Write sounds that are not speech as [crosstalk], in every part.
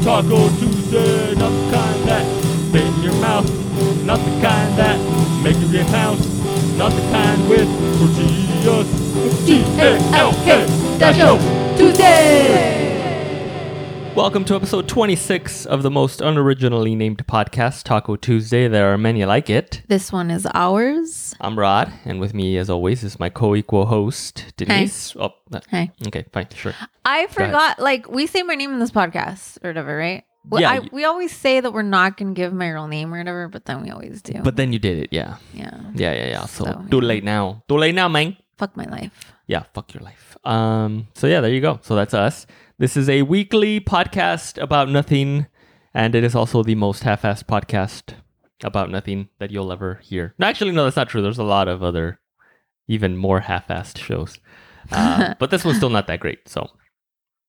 Taco Tuesday, not the kind that spit in your mouth, not the kind that make you get pounced, not the kind with tortillas. T-A-L-K, that's your Welcome to episode 26 of the most unoriginally named podcast, Taco Tuesday. There are many like it. This one is ours. I'm Rod, and with me, as always, is my co equal host, Denise. Oh, that- Hey. okay, fine, sure. I ahead. forgot, like, we say my name in this podcast or whatever, right? Well, Yeah, I, y- we always say that we're not going to give my real name or whatever, but then we always do. But then you did it, yeah. yeah. Yeah, yeah, yeah. So, So- too late now. Too late now, man. Fuck my life. Yeah, fuck your life. Um, so, yeah, there you go. So, that's us. This is a weekly podcast about nothing, and it is also the most half assed podcast about nothing that you'll ever hear. No, actually, no, that's not true. There's a lot of other, even more half assed shows. [laughs] Uh, but this one's still not that great. So,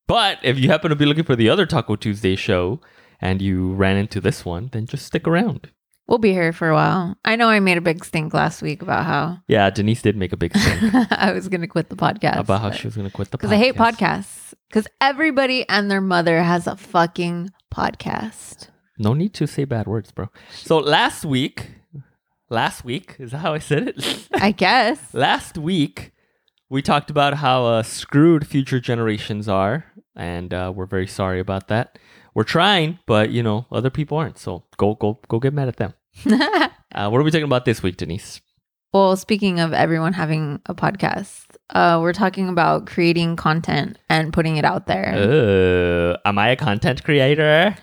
but if you happen to be looking for the other Taco Tuesday show and you ran into this one, then just stick around. We'll be here for a while. I know I made a big stink last week about how [laughs] Yeah, Denise did make a big thing I was going to quit the podcast. about how she was going to quit the podcast. Because I hate podcasts. Because everybody and their mother has a fucking podcast. No need to say bad words, bro. So last week, last week, is that how I said it? [laughs] [laughs] I guess. last week, we talked about how uh, screwed future generations are, and uh, we're very sorry about that. We're trying, but you know, other people aren't. So go, go, go get mad at them. Uh, what are we talking about this week, Denise? Well, speaking of everyone having a podcast, uh, we're talking about creating content and putting it out there. Uh, am I a content creator?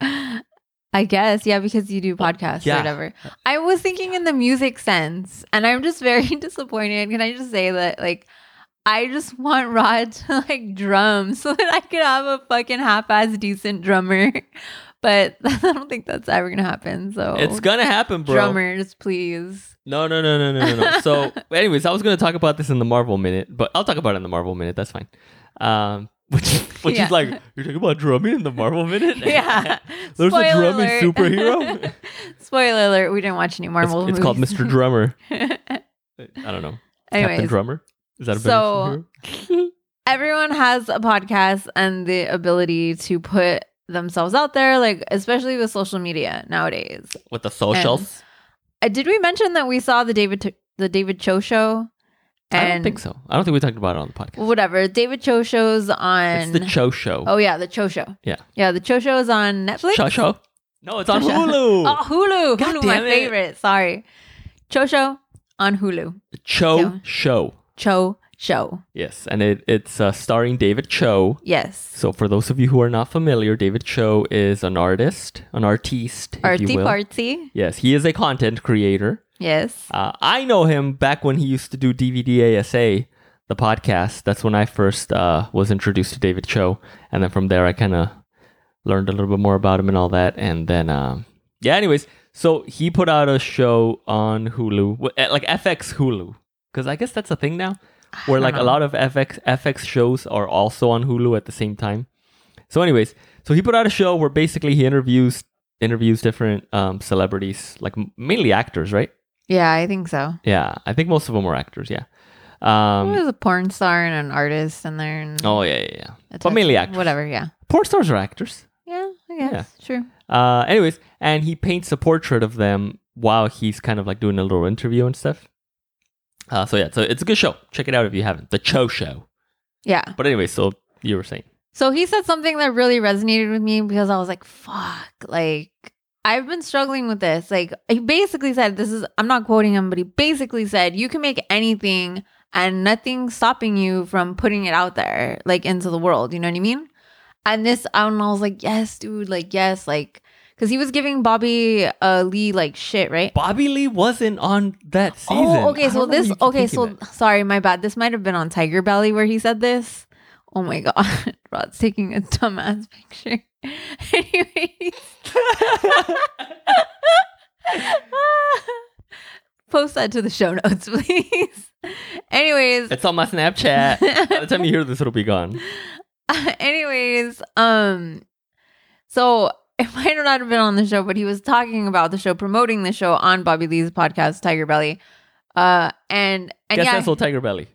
I guess, yeah, because you do podcasts yeah. or whatever. I was thinking in the music sense, and I'm just very [laughs] disappointed. Can I just say that, like, I just want Rod [laughs] to like drum so that I could have a fucking half-ass decent drummer, [laughs] but [laughs] I don't think that's ever gonna happen. So It's gonna happen, bro. drummers, [laughs] please. [laughs] No, no, no, no, no, no, no. so, anyways, I was going to talk about this in the Marvel minute, but I'll talk about it in the Marvel minute. That's fine. Um, [laughs] which, which Yeah. is like you're talking about drumming in the Marvel minute. [laughs] Yeah. [laughs] there's a Spoiler drumming alert. [laughs] superhero. It's- Spoiler alert: We didn't watch any Marvel. it's, called movies. Mr. [laughs] Drummer. I don't know. Captain Anyways, Drummer. Is that a better so- superhero? everyone has a podcast and the ability to put themselves out there, like especially with social media nowadays. with the socials? Uh, did we mention that we saw the David T- the David Cho show? I don't think so. I don't think we talked about it on the podcast. Whatever, David Cho shows on. it's the Cho Show. oh yeah, the Cho show. Yeah. yeah, the Cho show is on Netflix. Cho Show. No, it's on Cho Show. Hulu. [laughs] Oh, Hulu, God Hulu, my damn it. favorite. Sorry, Cho show on Hulu. Cho Yeah. Show. Cho show. Yes, and it, it's uh, starring David Cho. Yes, So, for those of you who are not familiar, David Cho is an artist, an artiste, if you artsy will. fartsy. Yes, he is a content creator. Yes. Uh, I know him back when he used to do DVD ASA, the podcast. That's when I first uh, was introduced to David Cho, and then from there I kind of learned a little bit more about him and all that. And then, um, yeah. Anyways, so he put out a show on Hulu, w- eh, like FX Hulu, because I guess that's a thing now, where don't like a know. lot of FX FX shows are also on Hulu at the same time. So, anyways, so he put out a show where basically he interviews interviews different um, celebrities, like m- mainly actors, right? Yeah, I think so. Yeah, I think most of them were actors. Yeah. There Um, was a porn star and an artist in there. And oh yeah, yeah, yeah. a but mainly touch- actors. Whatever, yeah. Porn stars are actors. Yeah, I guess. True. Uh, anyways, and he paints a portrait of them while he's kind of like doing a little interview and stuff. Uh, so yeah, so it's a good show. Check it out if you haven't. The Cho Show. Yeah. But anyway, so you were saying. So he said something that really resonated with me because I was like, fuck, like, I've been struggling with this. Like, he basically said, this is, I'm not quoting him, but he basically said, you can make anything and nothing's stopping you from putting it out there, like into the world. You know what I mean? And this, I don't know, I was like, yes, dude, like, yes, like, because he was giving Bobby uh, Lee, like, shit, right? Bobby Lee wasn't on that season. Oh, I okay. So don't know this, you keep okay. thinking So that. sorry, my bad. This might have been on Tiger Belly where he said this. Oh my [laughs] God. Rod's taking a dumbass picture. [laughs] Anyways. [laughs] Post that to the show notes, [laughs] please. Anyways, it's on my Snapchat. By the time you hear this, it'll be gone. [laughs] anyways, um, so it [laughs] might not have been on the show, but he was talking about the show, promoting the show on Bobby Lee's podcast, Tiger Belly. Uh, and and Guess yeah, that's old Tiger Belly.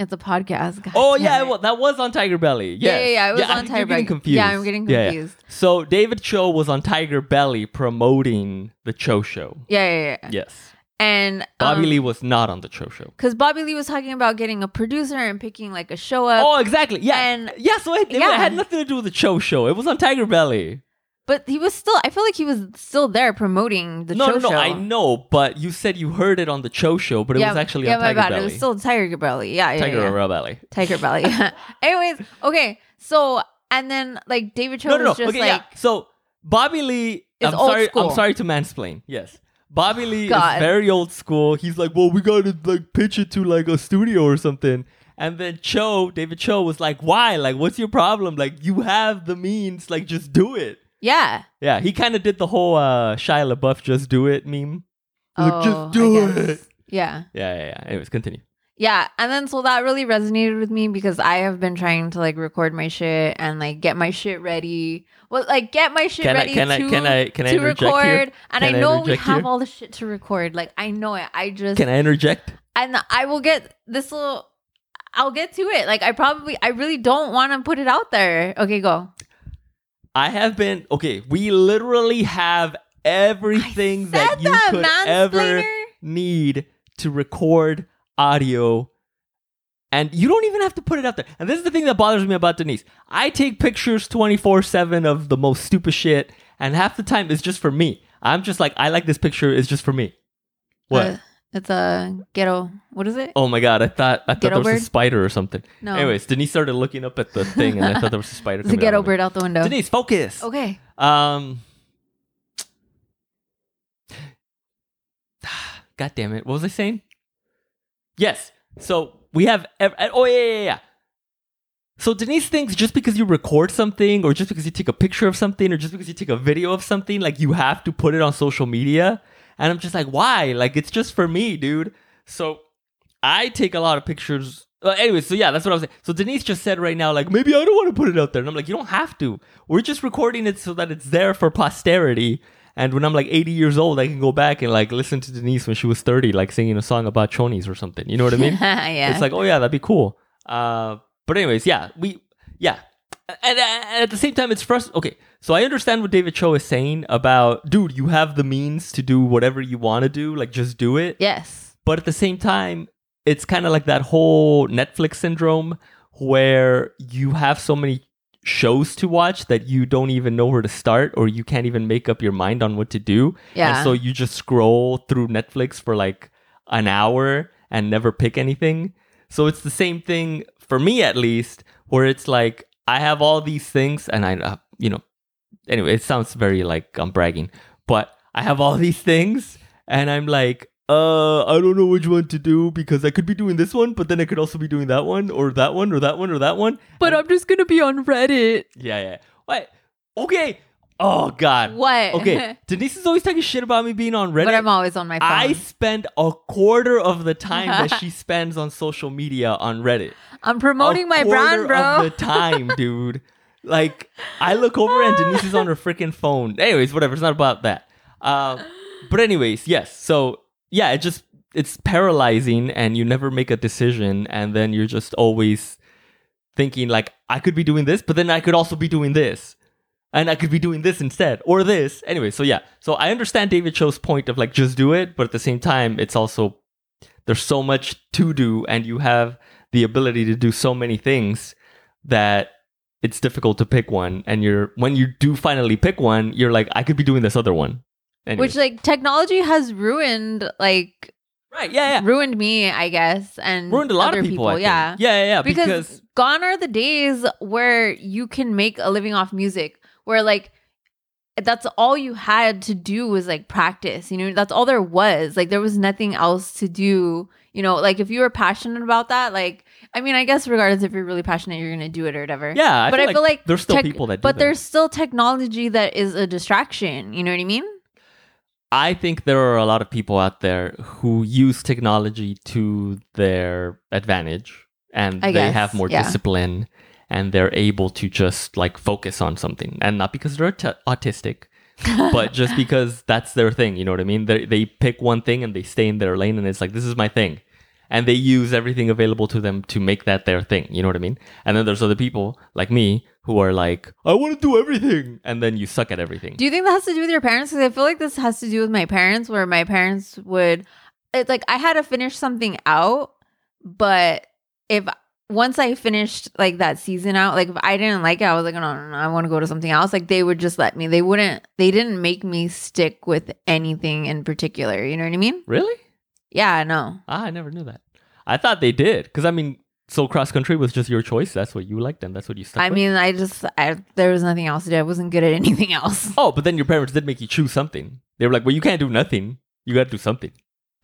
It's a podcast. God Oh damn yeah, [laughs] it. well, that was on Tiger Belly. Yes. Yeah, yeah, yeah, it was I on think Tiger you're getting Belly. confused. Yeah, I'm getting Yeah, yeah. confused. So David Cho was on Tiger Belly promoting the Cho Show. yeah, yeah, yeah. Yes, And Bobby Lee was not on the Cho Show. because Bobby Lee was talking about getting a producer and picking like a show up, Oh, exactly. Yeah, uh, and- yeah. So it, it yeah. had nothing to do with the Cho Show. It was on Tiger Belly. but he was still. I feel like he was still there promoting the no, show no, no. show. I know, but you said you heard it on the Cho Show, but it yeah, was actually yeah, on my Tiger bad. Belly. It was still Tiger Belly. Yeah, yeah, Tiger yeah. Belly. [laughs] Tiger Belly. [laughs] Anyways, okay, so and then like David Cho No, no, no. was just Okay, like, yeah. So Bobby Lee. I'm It's old sorry. school. I'm sorry to mansplain. Yes. [sighs] Bobby Lee God. is very old school. He's like, well, we gotta like pitch it to like a studio or something. And then Cho, David Cho, was like, why? Like, what's your problem? Like, you have the means. Like, just do it. yeah, Yeah, he kind of did the whole uh, Shia LaBeouf "Just Do It" meme. Like, oh, just I do guess. it. Yeah, Yeah, yeah, yeah. Anyways, continue. yeah, and then so that really resonated with me because I have been trying to like record my shit and like get my shit ready. Well, like get my shit Can I, ready can I to can I can I to interject record, here? Can and I I know we interject have here? all the shit to record. Like I know it. I just Can I interject? and I will get this will. I'll get to it. Like I probably, I really don't want to put it out there. Okay, go. I have been okay. We literally have everything that you could ever mansplainer. need to record audio, and you don't even have to put it out there. And this is the thing that bothers me about Denise. I take pictures twenty four seven of the most stupid shit, and half the time it's just for me. I'm just like, I like this picture. It's just for me. What? Uh, it's a ghetto. What is it? oh my god! I thought I thought Ghetto there was a bird? spider or something. No. Anyways, Denise started looking up at the thing, and I thought there was a spider. it's a coming out ghetto of it. bird out the window. Denise, focus. Okay. [laughs] Um. [sighs] God damn it! What was I saying? Yes. So we have. Ev- oh yeah, yeah, yeah, yeah. So Denise thinks just because you record something, or just because you take a picture of something, or just because you take a video of something, like you have to put it on social media. And I'm just like, why? Like it's just for me, dude. So I take a lot of pictures. Uh, anyway, so yeah, that's what I was saying. So Denise just said right now, like, maybe I don't want to put it out there. And I'm like, you don't have to. We're just recording it so that it's there for posterity. And when I'm like 80 years old, I can go back and like listen to Denise when she was 30, like singing a song about chonies or something. You know what I mean? yeah. It's like, oh yeah, that'd be cool. Uh, but anyways, yeah, we, yeah, and, and at the same time, it's frustrating. Okay, so I understand what David Cho is saying about, dude, you have the means to do whatever you want to do, like just do it. yes. But at the same time, it's kind of like that whole Netflix syndrome where you have so many shows to watch that you don't even know where to start or you can't even make up your mind on what to do. Yeah. And so you just scroll through Netflix for like an hour and never pick anything. So it's the same thing for me at least where it's like I have all these things and I uh, you know anyway, it sounds very like I'm bragging, but I have all [laughs] these things and I'm like, uh, I don't know which one to do because I could be doing this one, but then I could also be doing that one or that one or that one or that one. but I'm just gonna be on Reddit. Yeah, yeah. What? Okay. Oh God. What? [laughs] Okay. Denise is always talking shit about me being on Reddit. but I'm always on my phone. I spend a quarter of the time that [laughs] she spends on social media on Reddit. I'm promoting A my brand, quarter Of bro. the [laughs] time, dude. like I look over and Denise is on her freaking phone. Anyways, whatever. It's not about that. Uh, but anyways, yes. So yeah, it just it's paralyzing, and you never make a decision, and then you're just always thinking like I could be doing this, but then I could also be doing this. And I could be doing this instead or this. Anyway, so yeah. So I understand David Cho's point of like just do it, but at the same time, it's also there's so much to do and you have the ability to do so many things that it's difficult to pick one and you're when you do finally pick one you're like i could be doing this other one Which Anyways. like technology has ruined, like right yeah yeah ruined me, I guess, and ruined a lot other of people, I think. Yeah. yeah yeah yeah because, because, gone are the days where you can make a living off music where like that's all you had to do was like practice you know that's all there was like there was nothing else to do you know like if you were passionate about that like i mean i guess regardless if you're really passionate you're gonna do it or whatever yeah I but feel i feel like there's still tech- people that do but that. there's still technology that is a distraction you know what i mean i think there are a lot of people out there who use technology to their advantage and I they guess, have more yeah. discipline and they're able to just like focus on something and not because they're aut- [laughs] autistic but just because that's their thing, you know what I mean? They they pick one thing and they stay in their lane, and it's like this is my thing, and they use everything available to them to make that their thing. You know what I mean? And then there's other people like me who are like, I want to do everything, and then you suck at everything. Do you think that has to do with your parents? Because I feel like this has to do with my parents, where my parents would, it's like I had to finish something out, but if once I finished like that season out, like if I didn't like it, I was like, no, no, no I want to go to something else. Like they would just let me. They wouldn't. They didn't make me stick with anything in particular. You know what I mean? really? Yeah, I know. Ah, I never knew that. I thought they did because I mean, so cross country was just your choice. That's what you liked, and that's what you stuck. I with. mean, I just I, there was nothing else to do. I wasn't good at [laughs] anything else. oh, but then your parents did make you choose something. They were like, well, you can't do nothing. You got to do something.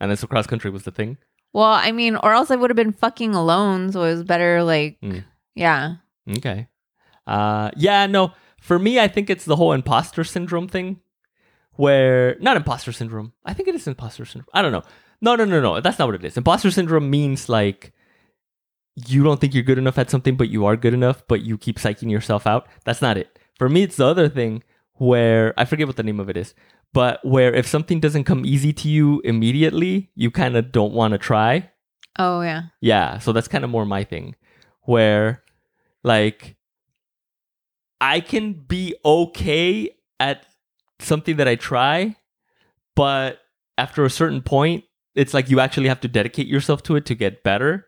And then so cross country was the thing. Well, I mean, or else I would have been fucking alone. So it was better, like, Mm. yeah. Okay. Uh, yeah, no. For me, I think it's the whole imposter syndrome thing, where not imposter syndrome. I think it is imposter syndrome. I don't know. No, no, no, no. That's not what it is. Imposter syndrome means like you don't think you're good enough at something, but you are good enough, but you keep psyching yourself out. That's not it. For me, it's the other thing where I forget what the name of it is, but where if something doesn't come easy to you immediately, you kind of don't want to try. Oh yeah. Yeah, so that's kind of more my thing where like I can be okay at something that I try, but after a certain point, it's like you actually have to dedicate yourself to it to get better.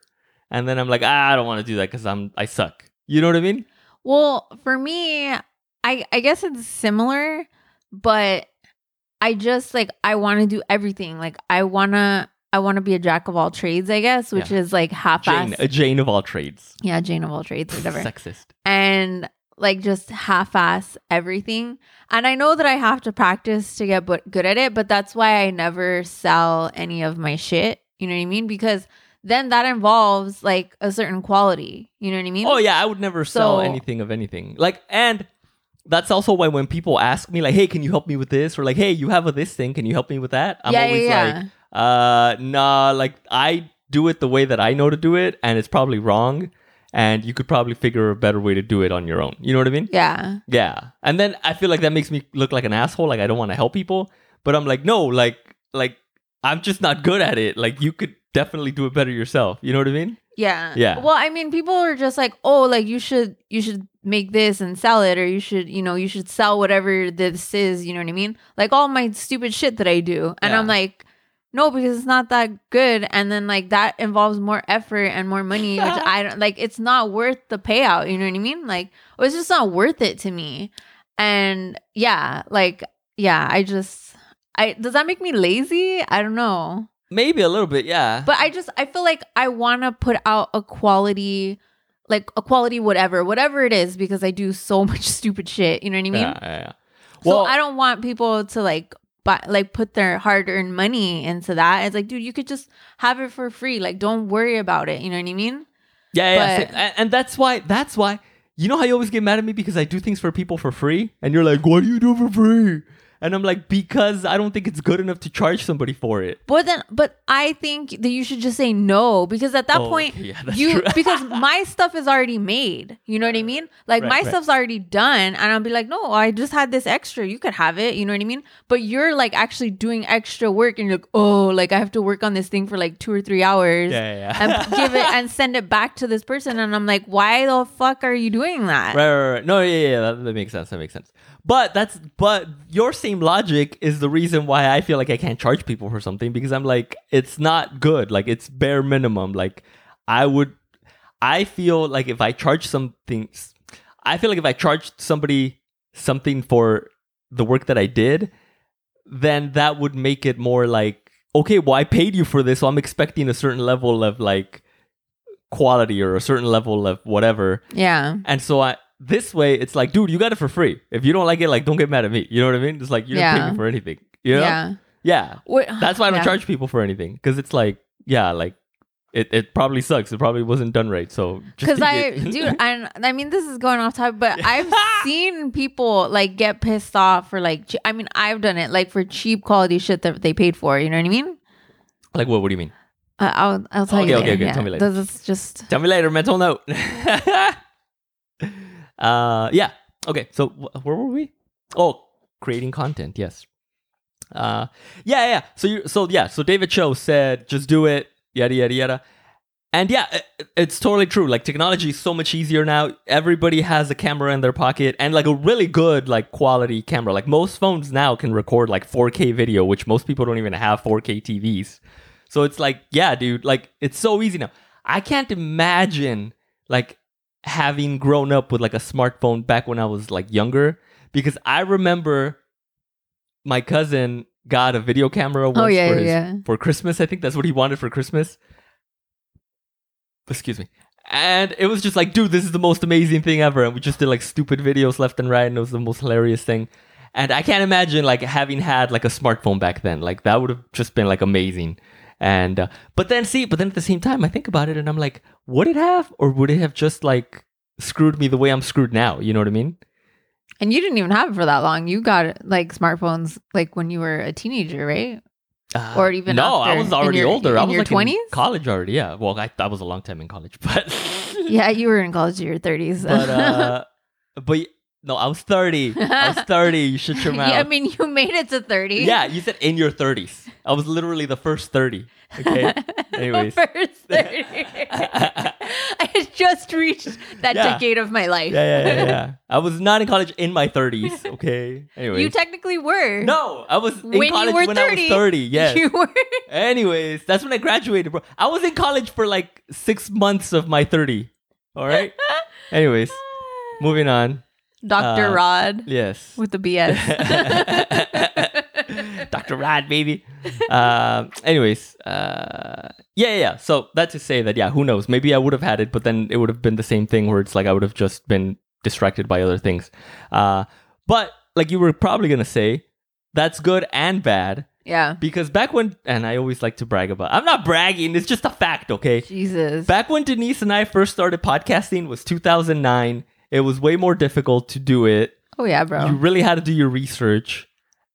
And then I'm like, ah, I don't want to do that cuz I'm I suck. You know what I mean? Well, for me, I I guess it's similar, but I just like I want to do everything. Like I wanna I want to be a jack of all trades. I guess, which Yeah. is like half Jane, uh, a assed. Jane of all trades. Yeah, Jane of [laughs] all trades, whatever. Sexist. and like just half ass everything. And I know that I have to practice to get bu- good at it, but that's why I never sell any of my shit. You know what I mean? Because then that involves like a certain quality. You know what I mean? Oh yeah, I would never So- sell anything of anything. Like and that's also why when people ask me like, "Hey, can you help me with this?" or like, "Hey, you have a this thing, can you help me with that?" I'm yeah, always yeah, yeah. like, "Uh, nah, like I do it the way that I know to do it and it's probably wrong and you could probably figure a better way to do it on your own." You know what I mean? yeah. Yeah. And then I feel like that makes me look like an asshole, like I don't want to help people, but I'm like, "No, like like I'm just not good at it. Like you could definitely do it better yourself." You know what I mean? Yeah. Yeah. Well, I mean, people are just like, oh, like you should you should make this and sell it, or you should, you know, you should sell whatever this is, you know what I mean? Like all my stupid shit that I do. And I'm Yeah. like, no, because it's not that good. And then like that involves more effort and more money, [laughs] which I don't like it's not worth the payout, you know what I mean? Like, or it's just not worth it to me. And yeah, like, yeah, I just I does that make me lazy? I don't know Maybe a little bit, yeah. but i just i feel like i want to put out a quality like a quality whatever whatever it is because i do so [laughs] much stupid shit you know what i mean Yeah, yeah, yeah. so i don't want people to like buy, like put their hard-earned money into that it's like dude you could just have it for free like don't worry about it you know what i mean Yeah, yeah. But- sa- and, and that's why. That's why. You know how you always get mad at me because I do things for people for free, and you're like, "What do you do for free?" And I'm like, "Because I don't think it's good enough to charge somebody for it." But then, but I think that you should just say no because at that Oh, point, yeah, that's you true. [laughs] because my stuff is already made. You know what I mean? Like Right, my right. stuff's already done, and I'll be like, no, I just had this extra. You could have it. You know what I mean? But you're like actually doing extra work, and you're like, oh, like I have to work on this thing for like two or three hours. Yeah, yeah. yeah. And give it and send it back to this person, and I'm like, why the fuck are you doing that? Right, right, right. No, yeah, yeah, yeah, that, that makes sense. That makes sense. But that's but your same logic is the reason why I feel like I can't charge people for something because I'm like it's not good. Like it's bare minimum. Like I would, I feel like if I charge something, I feel like if I charged somebody something for the work that I did, then that would make it more like okay, well I paid you for this, so I'm expecting a certain level of like quality or a certain level of whatever. Yeah. And so I this way it's like, dude, you got it for free. If you don't like it, like don't get mad at me. You know what I mean? It's like you didn't Yeah. pay me for anything. You know? Yeah. Yeah. Wait, That's why I don't yeah. charge people for anything. Because it's like, yeah, like it, it probably sucks. It probably wasn't done right. So just Because eat I, it. [laughs] dude, and I mean, this is going off topic, but I've seen people like get pissed off for like, che- I mean, I've done it like for cheap quality shit that they paid for. You know what I mean? like what what do you mean? Uh, I'll, I'll tell Okay, you okay, later. okay, yeah. tell me later. This is just, Tell me later, mental note. [laughs] uh yeah. Okay. So wh- where were we? Oh, creating content, yes. Uh yeah, yeah. So you so yeah, so David Cho said just do it. yada yada yada. And yeah, i- it's totally true. Like technology is so much easier now. Everybody has a camera in their pocket and like a really good like quality camera. Like most phones now can record like 4K video, which most people don't even have 4K TVs. So it's like, yeah, dude, like it's so easy now. I can't imagine like having grown up with like a smartphone back when I was like younger because I remember my cousin got a video camera once Oh yeah, for yeah, his yeah. for Christmas. I think that's what he wanted for Christmas. Excuse me. And it was just like, dude, this is the most amazing thing ever. And we just did like stupid videos left and right, and it was the most hilarious thing. And I can't imagine like having had like a smartphone back then. Like that would have just been like amazing. And uh, but then see, but then at the same time, I think about it, and I'm like, would it have, or would it have just like screwed me the way I'm screwed now? You know what I mean? And you didn't even have it for that long. You got like smartphones like when you were a [laughs] teenager, right? Uh, Or even no, after, I was in already your- older. I in was your like in 20s? college already. Yeah. Well, I, I was a long time in college, [laughs] but [laughs] Yeah, you were in college in your 30s. but [laughs] uh, but y- no, I was thirty. I was thirty. You shut [laughs] your mouth. yeah, I mean, you made it to 30. [laughs] Yeah, you said in your thirties. I was literally the first thirty. [laughs] Okay. [laughs] Anyways. [laughs] First 30. yeah, [laughs] I had just reached that Yeah. decade of my life. yeah, yeah, yeah. I was not in college in my thirties. Okay. Anyways. You technically were. no, I was in When you college were when I 30, was thirty. Yes. [laughs] You were. Anyways, that's when I graduated, bro. I was in college for like six months of my thirty. All right. Anyways, moving on. Dr. Uh, Rod [laughs] Yes. [laughs] with [laughs] the BS. Dr. Rod, baby. Um, anyways, uh, yeah, yeah. So that's to say that, yeah, who knows? Maybe I would have had it, but then it would have been the same thing where it's like I would have just been distracted by other things. Uh, but like you were probably going to say, that's good and bad yeah. because back when, and I always like to brag about, I'm not bragging, it's just a fact, okay? Jesus. Back when Denise and I first started podcasting was 2009. It was way more difficult to do it oh, yeah, bro. you really had to do your research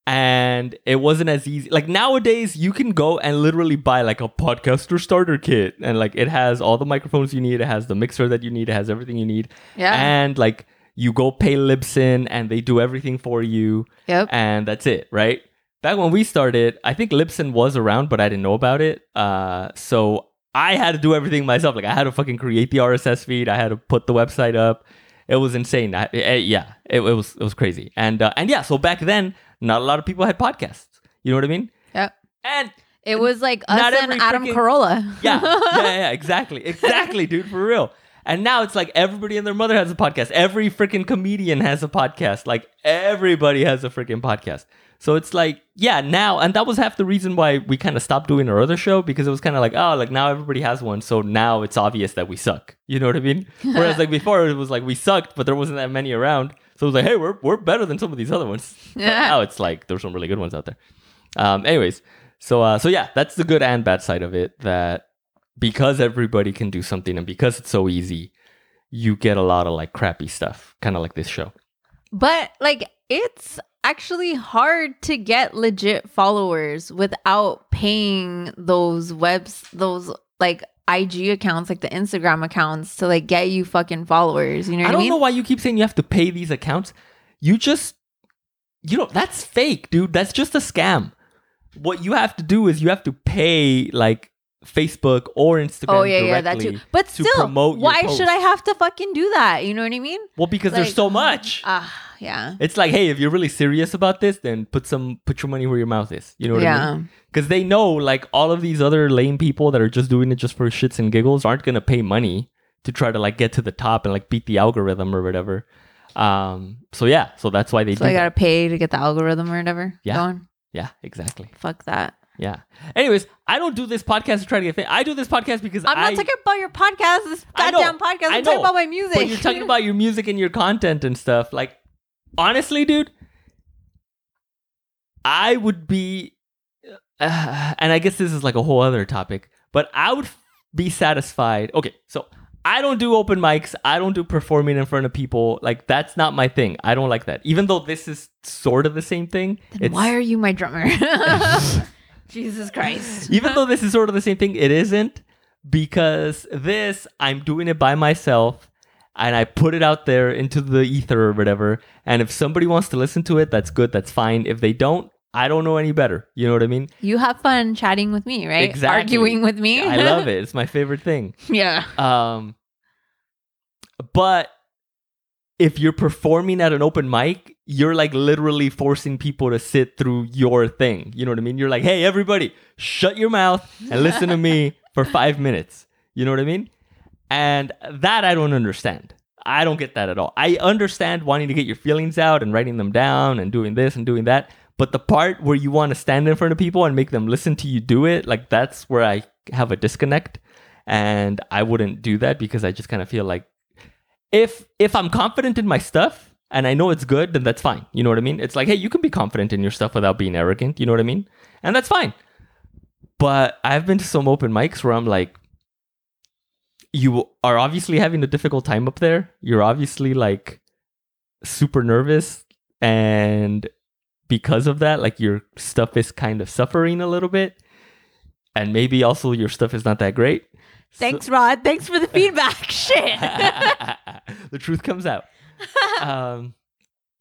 and it wasn't as easy like nowadays you can go and literally buy like a podcaster starter kit and like it has all the microphones you need it has the mixer that you need it has everything you need yeah. and like you go pay libsyn and they do everything for you yep. and that's it right back when we started i think libsyn was around but i didn't know about it uh, so i had to do everything myself like i had to fucking create the rss feed i had to put the website up it was insane I, eh, yeah it, it was it was crazy and uh, and yeah so back then not a lot of people had podcasts you know what i mean Yep. and It was like Not us every and Adam freaking- Carolla. yeah, yeah, yeah, exactly, exactly, dude, for real. And now it's like everybody and their mother has a podcast. Every freaking comedian has a podcast. Like everybody has a freaking podcast. So it's like, yeah, now, and that was half the reason why we kind of stopped doing our other show because it was kind of like, oh, like now everybody has one. So now it's obvious that we suck. You know what I mean? Whereas like before it was like we sucked, but there wasn't that many around. So it was like, hey, we're, we're better than some of these other ones. Yeah. now it's like there's some really good ones out there. Um, anyways, so uh, so yeah, that's the good and bad side of it. That because everybody can do something and because it's so easy, you get a lot of like crappy stuff, kind of like this show. [laughs] But like it's actually hard to get legit followers without paying those webs those like IG accounts, like the Instagram accounts to like get you fucking followers. You know I what I, don't mean? know why you keep saying you have to pay these accounts. You just, you know, that's fake, dude. That's just a scam. What you have to do is you have to pay like Facebook or Instagram. oh yeah, yeah, that directly. too. But to still, promote your why should I posts. have to fucking do that? You know what I mean? Well, because there's Like, so much. Ah, yeah. it's like, hey, if you're really serious about this, then put some put your money where your mouth is. You know what I mean? Yeah. because they know like all of these other lame people that are just doing it just for shits and giggles aren't gonna pay money to try to like get to the top and like beat the algorithm or whatever. Um, so yeah, so that's why they So do. I that. gotta pay to get the algorithm or whatever. Yeah. Going. yeah, exactly. Fuck that. Yeah. Anyways, I don't do this podcast to try to get. Fam- I do this podcast because I'm I, not talking about your podcast, this I know, goddamn podcast. I I'm know, talking about my music. But you're [laughs] talking about your music and your content and stuff. Like, honestly, dude, I would be, [sighs] uh, and I guess this is like a whole other topic, but I would be satisfied. Okay, so I don't do open mics. I don't do performing in front of people. Like, that's not my thing. I don't like that. Even though this is sort of the same thing. Then why are you my drummer? [laughs] Jesus Christ. [laughs] even though this is sort of the same thing, it isn't because this I'm doing it by myself and I put it out there into the ether or whatever. And if somebody wants to listen to it, that's good, that's fine. If they don't, I don't know any better. You know what I mean? You have fun chatting with me, right? Exactly. Arguing with me. I love it. It's my favorite thing. [laughs] yeah. Um, but if you're performing at an open mic, you're like literally forcing people to sit through your thing. You know what I mean? You're like, hey, everybody, shut your mouth and listen to me for five minutes. You know what I mean? And that I don't understand. I don't get that at all. I understand wanting to get your feelings out and writing them down and doing this and doing that. But the part where you want to stand in front of people and make them listen to you do it, like that's where I have a disconnect. And I wouldn't do that because I just kind of feel like if if I'm confident in my stuff and I know it's good, then that's fine. You know what I mean? It's like, hey, you can be confident in your stuff without being arrogant. You know what I mean? And that's fine. But I've been to some open mics where I'm like, you are obviously having a difficult time up there. You're obviously like super nervous. And because of that, like your stuff is kind of suffering a little bit. And maybe also your stuff is not that great. So- Thanks, Rod. Thanks [laughs] for the feedback. [laughs] Shit. the truth comes out. Um,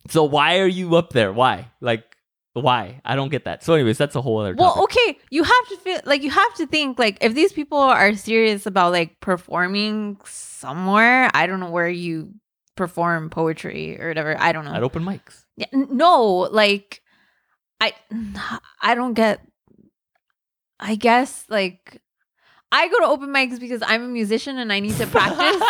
so why are you up there? Why? Like, why? I don't get that. So, anyways, that's a whole other. well, topic. okay. You have to feel like you have to think like if these people are serious about like performing somewhere, I don't know where you perform poetry or whatever. I don't know. at open mics. Yeah, n- no, like I I don't get I guess like I go to open mics because I'm a musician and I need [laughs] to practice.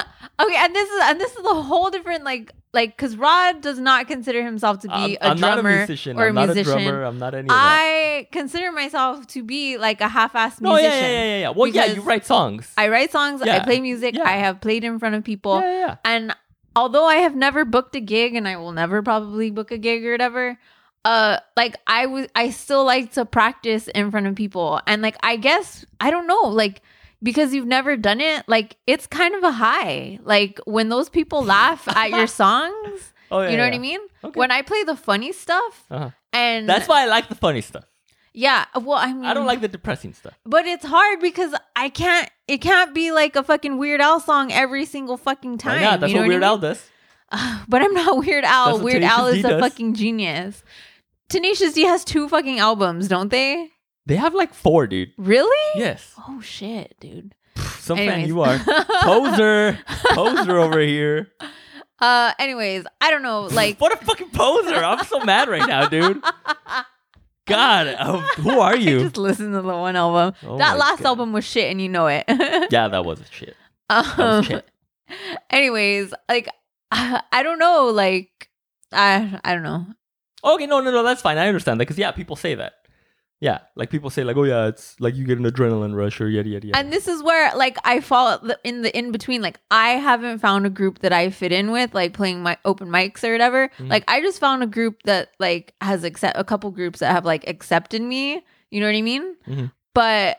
[laughs] okay, and this is and this is a whole different like like cuz Rod does not consider himself to I'm, be a I'm not a drummer musician. or I'm a not musician. a drummer. I'm not any of that. I consider myself to be like a half-assed No, yeah, yeah, musician. yeah, yeah, yeah. Well, yeah, you because write songs. I write songs, I Yeah. play music, Yeah. I have played in front of people. yeah, yeah, yeah. And although I have never booked a gig and I will never probably book a gig or whatever, uh like I was I still like to practice in front of people. And like I guess I don't know, like because you've never done it, like it's kind of a high. Like when those people laugh at [laughs] your songs, Oh, yeah. you know yeah, what I yeah. mean? Okay. When I play the funny stuff Uh-huh. and That's why I like the funny stuff. yeah, well I mean I don't like the depressing stuff. but it's hard because I can't it can't be like a fucking Weird Al song every single fucking time. Why not? That's you know what I Weird mean? Al does. But I'm not [laughs] Weird Al. That's what Weird Tenacious Al D is a does. fucking genius. Tenacious D has two fucking albums, don't they? They have like four, dude. Really? Yes. Oh shit, dude. Some fan Anyways. you [laughs] are. Poser. Poser over here. Uh, anyways, I don't [laughs] know. Like, what a fucking poser! I'm so mad right now, dude. God, uh, who [laughs] are you? just listen to the one album. Oh that my last God. album was shit, and you know it. [laughs] Yeah, that was shit. That was um, shit. [laughs] anyways, like, [laughs] I, I don't know. Like, I I don't know. Okay, no, no, no, that's fine. I understand that because yeah, people say that. Yeah, like people say like, oh yeah, it's like you get an adrenaline rush or yada yada yada. And this is where like I fall th- in the in between. Like I haven't found a group that I fit in with, like playing my open mics or whatever. Mhm. Like I just found a group that like has accept a couple groups that have like accepted me. You know what I mean? Mhm. But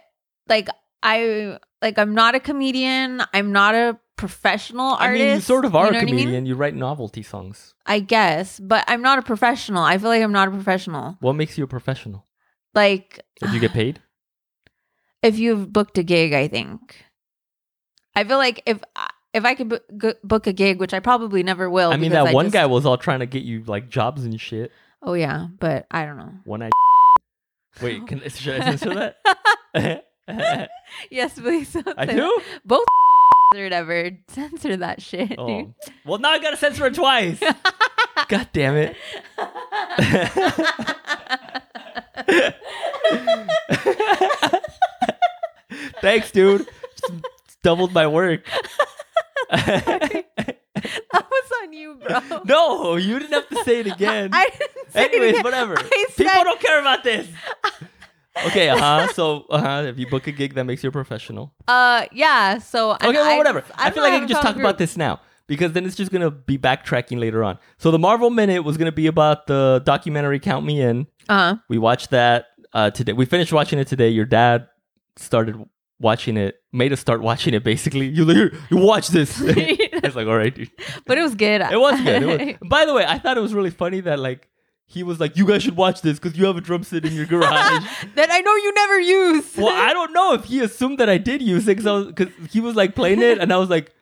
like I like I'm not a comedian. I'm not a professional I artist. mean, you sort of are You know a what I mean? comedian. You write novelty songs. I guess, but I'm not a professional. I feel like I'm not a professional. What makes you a professional? Like If [sighs] you get paid, if you've booked a gig i think i feel like if uh, if i could bu- gu- book a gig which i probably never will I mean because that one just- guy was all trying to get you like jobs and shit. oh yeah but i don't know One I wait, can should I censor [laughs] that? [laughs] [laughs] yes please I do. both [laughs] or whatever censor that shit [laughs] Oh. Well, now I gotta censor it twice. God damn it. [laughs] Thanks, dude. Just doubled my work. [laughs] that was on you bro [laughs] no, you didn't have to say it again. i didn't say it Anyways, again. whatever. [laughs] I People said- don't care about [laughs] this. Okay, uh huh. So, uh huh. If you book a gig, that makes you a professional. uh yeah so Okay, well, whatever. just- I, don't feel like know, I can haven't just found talk a about group. this now because then it's just gonna be backtracking later on. So, the Marvel Minute was gonna be about the documentary "Count Me In." uh-huh. We watched that uh, today. We finished watching it today. Your dad started watching it, made us start watching it. Basically, you like, "Here, you watch this. [laughs] I was like, all right, dude. but it was good It was good. It was. By the way, I thought it was really funny that like he was like, you guys should watch this because you have a drum set in your garage. [laughs] that i know you never use well, I don't know if he assumed that I did use it because he was like playing it, and I was like.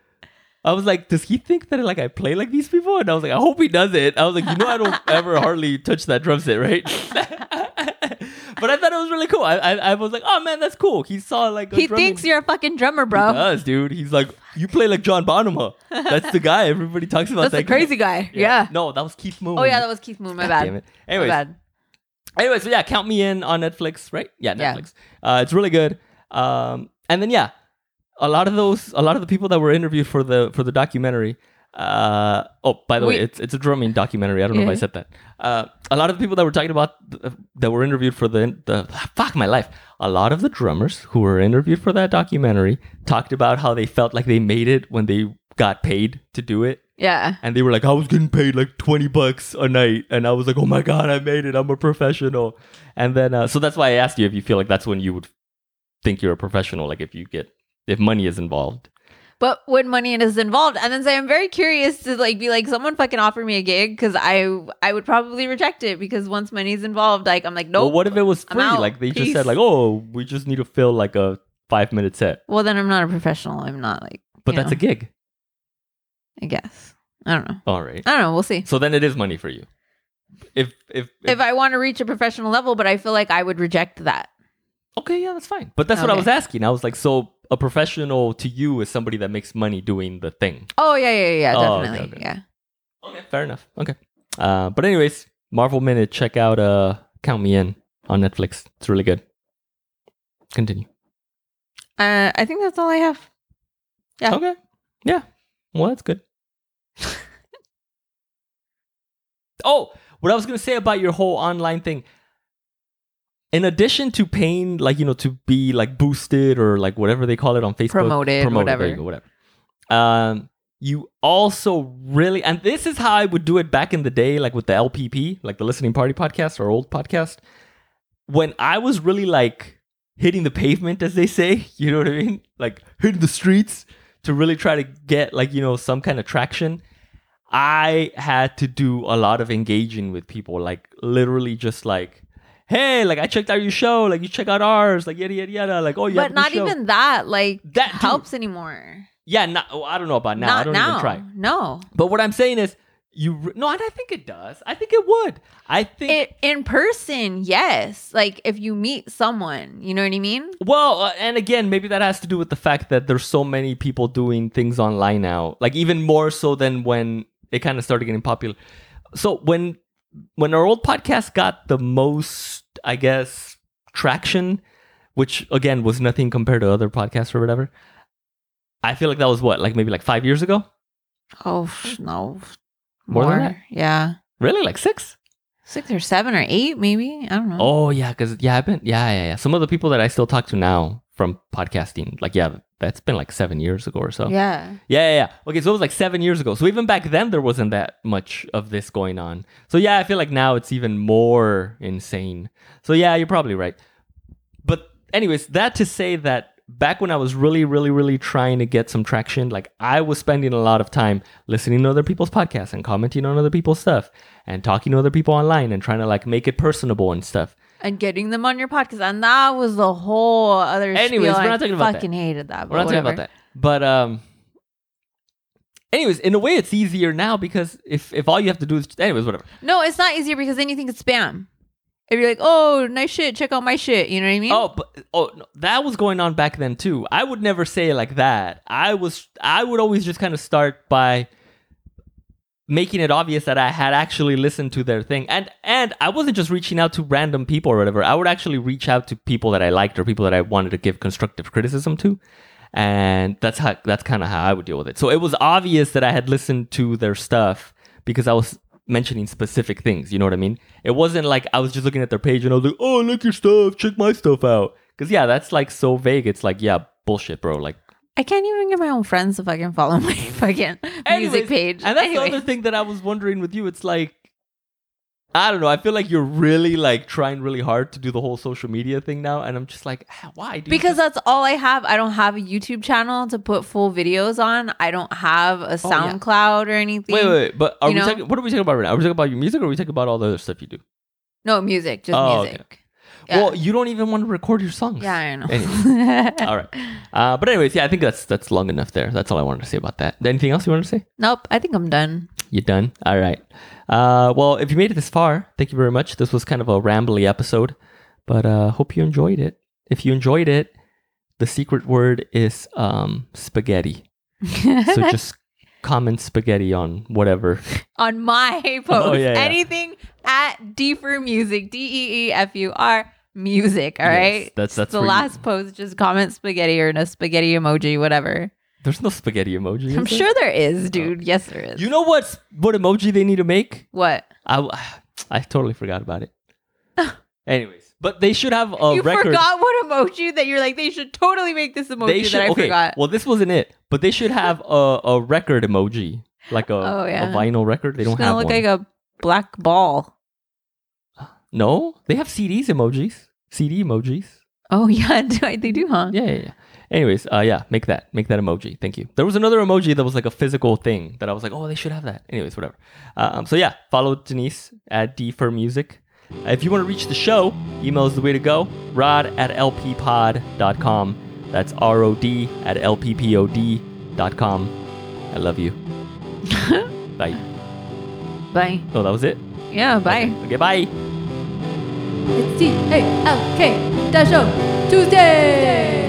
I was like, does he think that like I play like these people? And I was like, I hope he does it. I was like, you know, I [laughs] don't ever hardly touch that drum set, right? but I thought it was really cool. I, I, I was like, oh man, that's cool. He saw like a He drumming- thinks you're a fucking drummer, He bro. does, dude. He's like, you play like John Bonham. huh? That's the guy everybody talks about. That's the that crazy guy. Yeah. No, that was Keith Moon. Oh yeah, that was Keith Moon. My God Damn bad. it. My Anyways, bad. anyway, so yeah, count me in on Netflix, right? Yeah, Yeah. Netflix. Uh, it's really good. Um, and then yeah, a lot of those, a lot of the people that were interviewed for the for the documentary. Uh, oh, by the way, We- it's it's a drumming documentary. I don't know if I Yeah. said that. Uh, a lot of the people that were talking about th- that were interviewed for the the fuck my life. A lot of the drummers who were interviewed for that documentary talked about how they felt like they made it when they got paid to do it Yeah. and they were like, I was getting paid like 20 bucks a night. And I was like, oh my God, I made it. I'm a professional. And then, uh, so that's why I asked you if you feel like that's when you would think you're a professional, like if you get, if money is involved. but when money is involved and then say i'm very curious to like be like someone fucking offer me a gig because i i would probably reject it because once money's involved like i'm like nope Well, well, what if it was I'm free? out. Like they just Peace. said, like, oh, we just need to fill like a five minute set. then i'm not a professional i'm not like But Yeah. that's a gig. i guess i don't know All right. i don't know we'll see So then it is money for you. If, if, if i want to reach a professional level but i feel like i would reject that okay, yeah, that's fine. But that's what I Okay. was asking. I was like, so a professional to you is somebody that makes money doing the thing. oh yeah yeah yeah Oh, okay, definitely okay. yeah Okay, fair enough. Okay. Uh, but anyways, Marvel Minute. Check out uh, Count Me In on Netflix. It's really good. Continue. uh, i think that's all i have Yeah. Okay. Yeah. Well, that's good. [laughs] oh, what I was gonna say about your whole online thing. In addition to paying, like you know, to be like boosted or like whatever they call it on Facebook, Promoted, there whatever. you go, whatever. Um, you also really, and this is how I would do it back in the day, like with the LPP, like the Listening Party podcast or old podcast. When I was really like hitting the pavement, as they say, [laughs] you know what I mean, like hitting the streets to really try to get like you know some kind of traction. I had to do a lot of engaging with people, like literally just like, hey, like I checked out your show, like you check out ours, like yada yada yada, like oh yeah, but not even that like That, that dude. helps anymore yeah, not, oh, I don't know about now, not I don't now even try. no But what I'm saying is, you re- no, and I think it does. I think it would. I think it, in person yes like if you meet someone you know what i mean Well, uh, and again, maybe that has to do with the fact that there's so many people doing things online now, like even more so than when it kind of started getting popular. So when when our old podcast got the most, I guess, traction, which again was nothing compared to other podcasts or whatever. I feel like that was what, like maybe like five years ago. Oh pff, no, More than that? Yeah, Really, like six? six or seven or eight, maybe. I don't know. Oh yeah, because yeah, I've been yeah, yeah, yeah. Some of the people that I still talk to now from podcasting, like yeah, that's been like seven years ago or so. yeah. Yeah, yeah, yeah. Okay, so it was like seven years ago. So even back then, there wasn't that much of this going on. So yeah, I feel like now it's even more insane. So yeah, you're probably right. But, anyways, that to say that back when I was really, really, really trying to get some traction, like I was spending a lot of time listening to other people's podcasts and commenting on other people's stuff and talking to other people online and trying to like make it personable and stuff. And getting them on your podcast, and that was the whole other. Anyways, spiel. we're I not talking about that. Fucking hated that. We're not talking about that. But um anyways, in a way it's easier now because if if all you have to do is anyways, whatever. that. No, it's not easier because then you think it's spam. If you're like, oh, nice shit, check out my shit. You know what I mean? Oh, but oh no, that was going on back then too. I would never say it like that. I was I would always just kind of start by making it obvious that I had actually listened to their thing. And and I wasn't just reaching out to random people or whatever. I would actually reach out to people that I liked or people that I wanted to give constructive criticism to. And that's how that's kind of how I would deal with it. So it was obvious that I had listened to their stuff because I was mentioning specific things, you know what I mean? It wasn't like I was just looking at their page and I was like, "Oh, look your stuff, check my stuff out." Cuz yeah, that's like so vague. It's like, yeah, bullshit, bro. Like I can't even get my own friends to fucking follow [laughs] my fucking music Anyways, page. And that's Anyway. the other thing that I was wondering with you. It's like I don't know. I feel like you're really like trying really hard to do the whole social media thing now, and I'm just like, "Ah, why? Dude? Because that's all I have. I don't have a YouTube channel to put full videos on. I don't have a Oh, yeah. SoundCloud or anything. wait, wait, wait. But are you we know? talking? What are we talking about right now? Are we talking about your music, or are we talking about all the other stuff you do? No, music, just Oh, okay. music. Yeah. Well, you don't even want to record your songs. yeah, I know. Anyway, [laughs] all right. Uh, but anyways, yeah, I think that's that's long enough there. That's all I wanted to say about that. Anything else you want to say? Nope, I think I'm done. You done? All right. Uh, well, if you made it this far, thank you very much. This was kind of a rambly episode, but uh, hope you enjoyed it. If you enjoyed it, the secret word is um, [laughs] spaghetti. So just comment spaghetti on whatever. on my post. Oh, yeah, yeah. Anything at D for music, D E E F U R music. [laughs] All Yes, right. that's- that's the where you- last post. Just comment spaghetti or in a spaghetti emoji, whatever. There's no spaghetti emoji. I'm is there? sure there is, dude. Yes, there is. Oh. You know what what emoji they need to make? what? I [sighs] I totally forgot about [laughs] it. Anyways, but they should have a you record. forgot what emoji that you're like. They should totally make this emoji they should that I okay. forgot. Well, this wasn't it, but they should have a, a record emoji, like a, Oh, yeah. a vinyl record. They it's don't gonna have look one. like a black ball. no, they have CDs emojis, CD emojis. Oh [laughs] yeah, do I- they do, huh? Yeah, yeah, yeah. Anyways, uh, yeah, make that, make that emoji. Thank you. There was another emoji that was like a physical thing that I was like, oh, they should have that. Anyways, whatever. Um, so yeah, follow Denise at D for Music. Uh, If you want to reach the show, email is the way to go. Rod at lppod.com. That's R O D at lppod.com. I love you. bye. Bye. No, that was it. Yeah, bye. Okay, bye. It's T A L K Dash O Tuesday.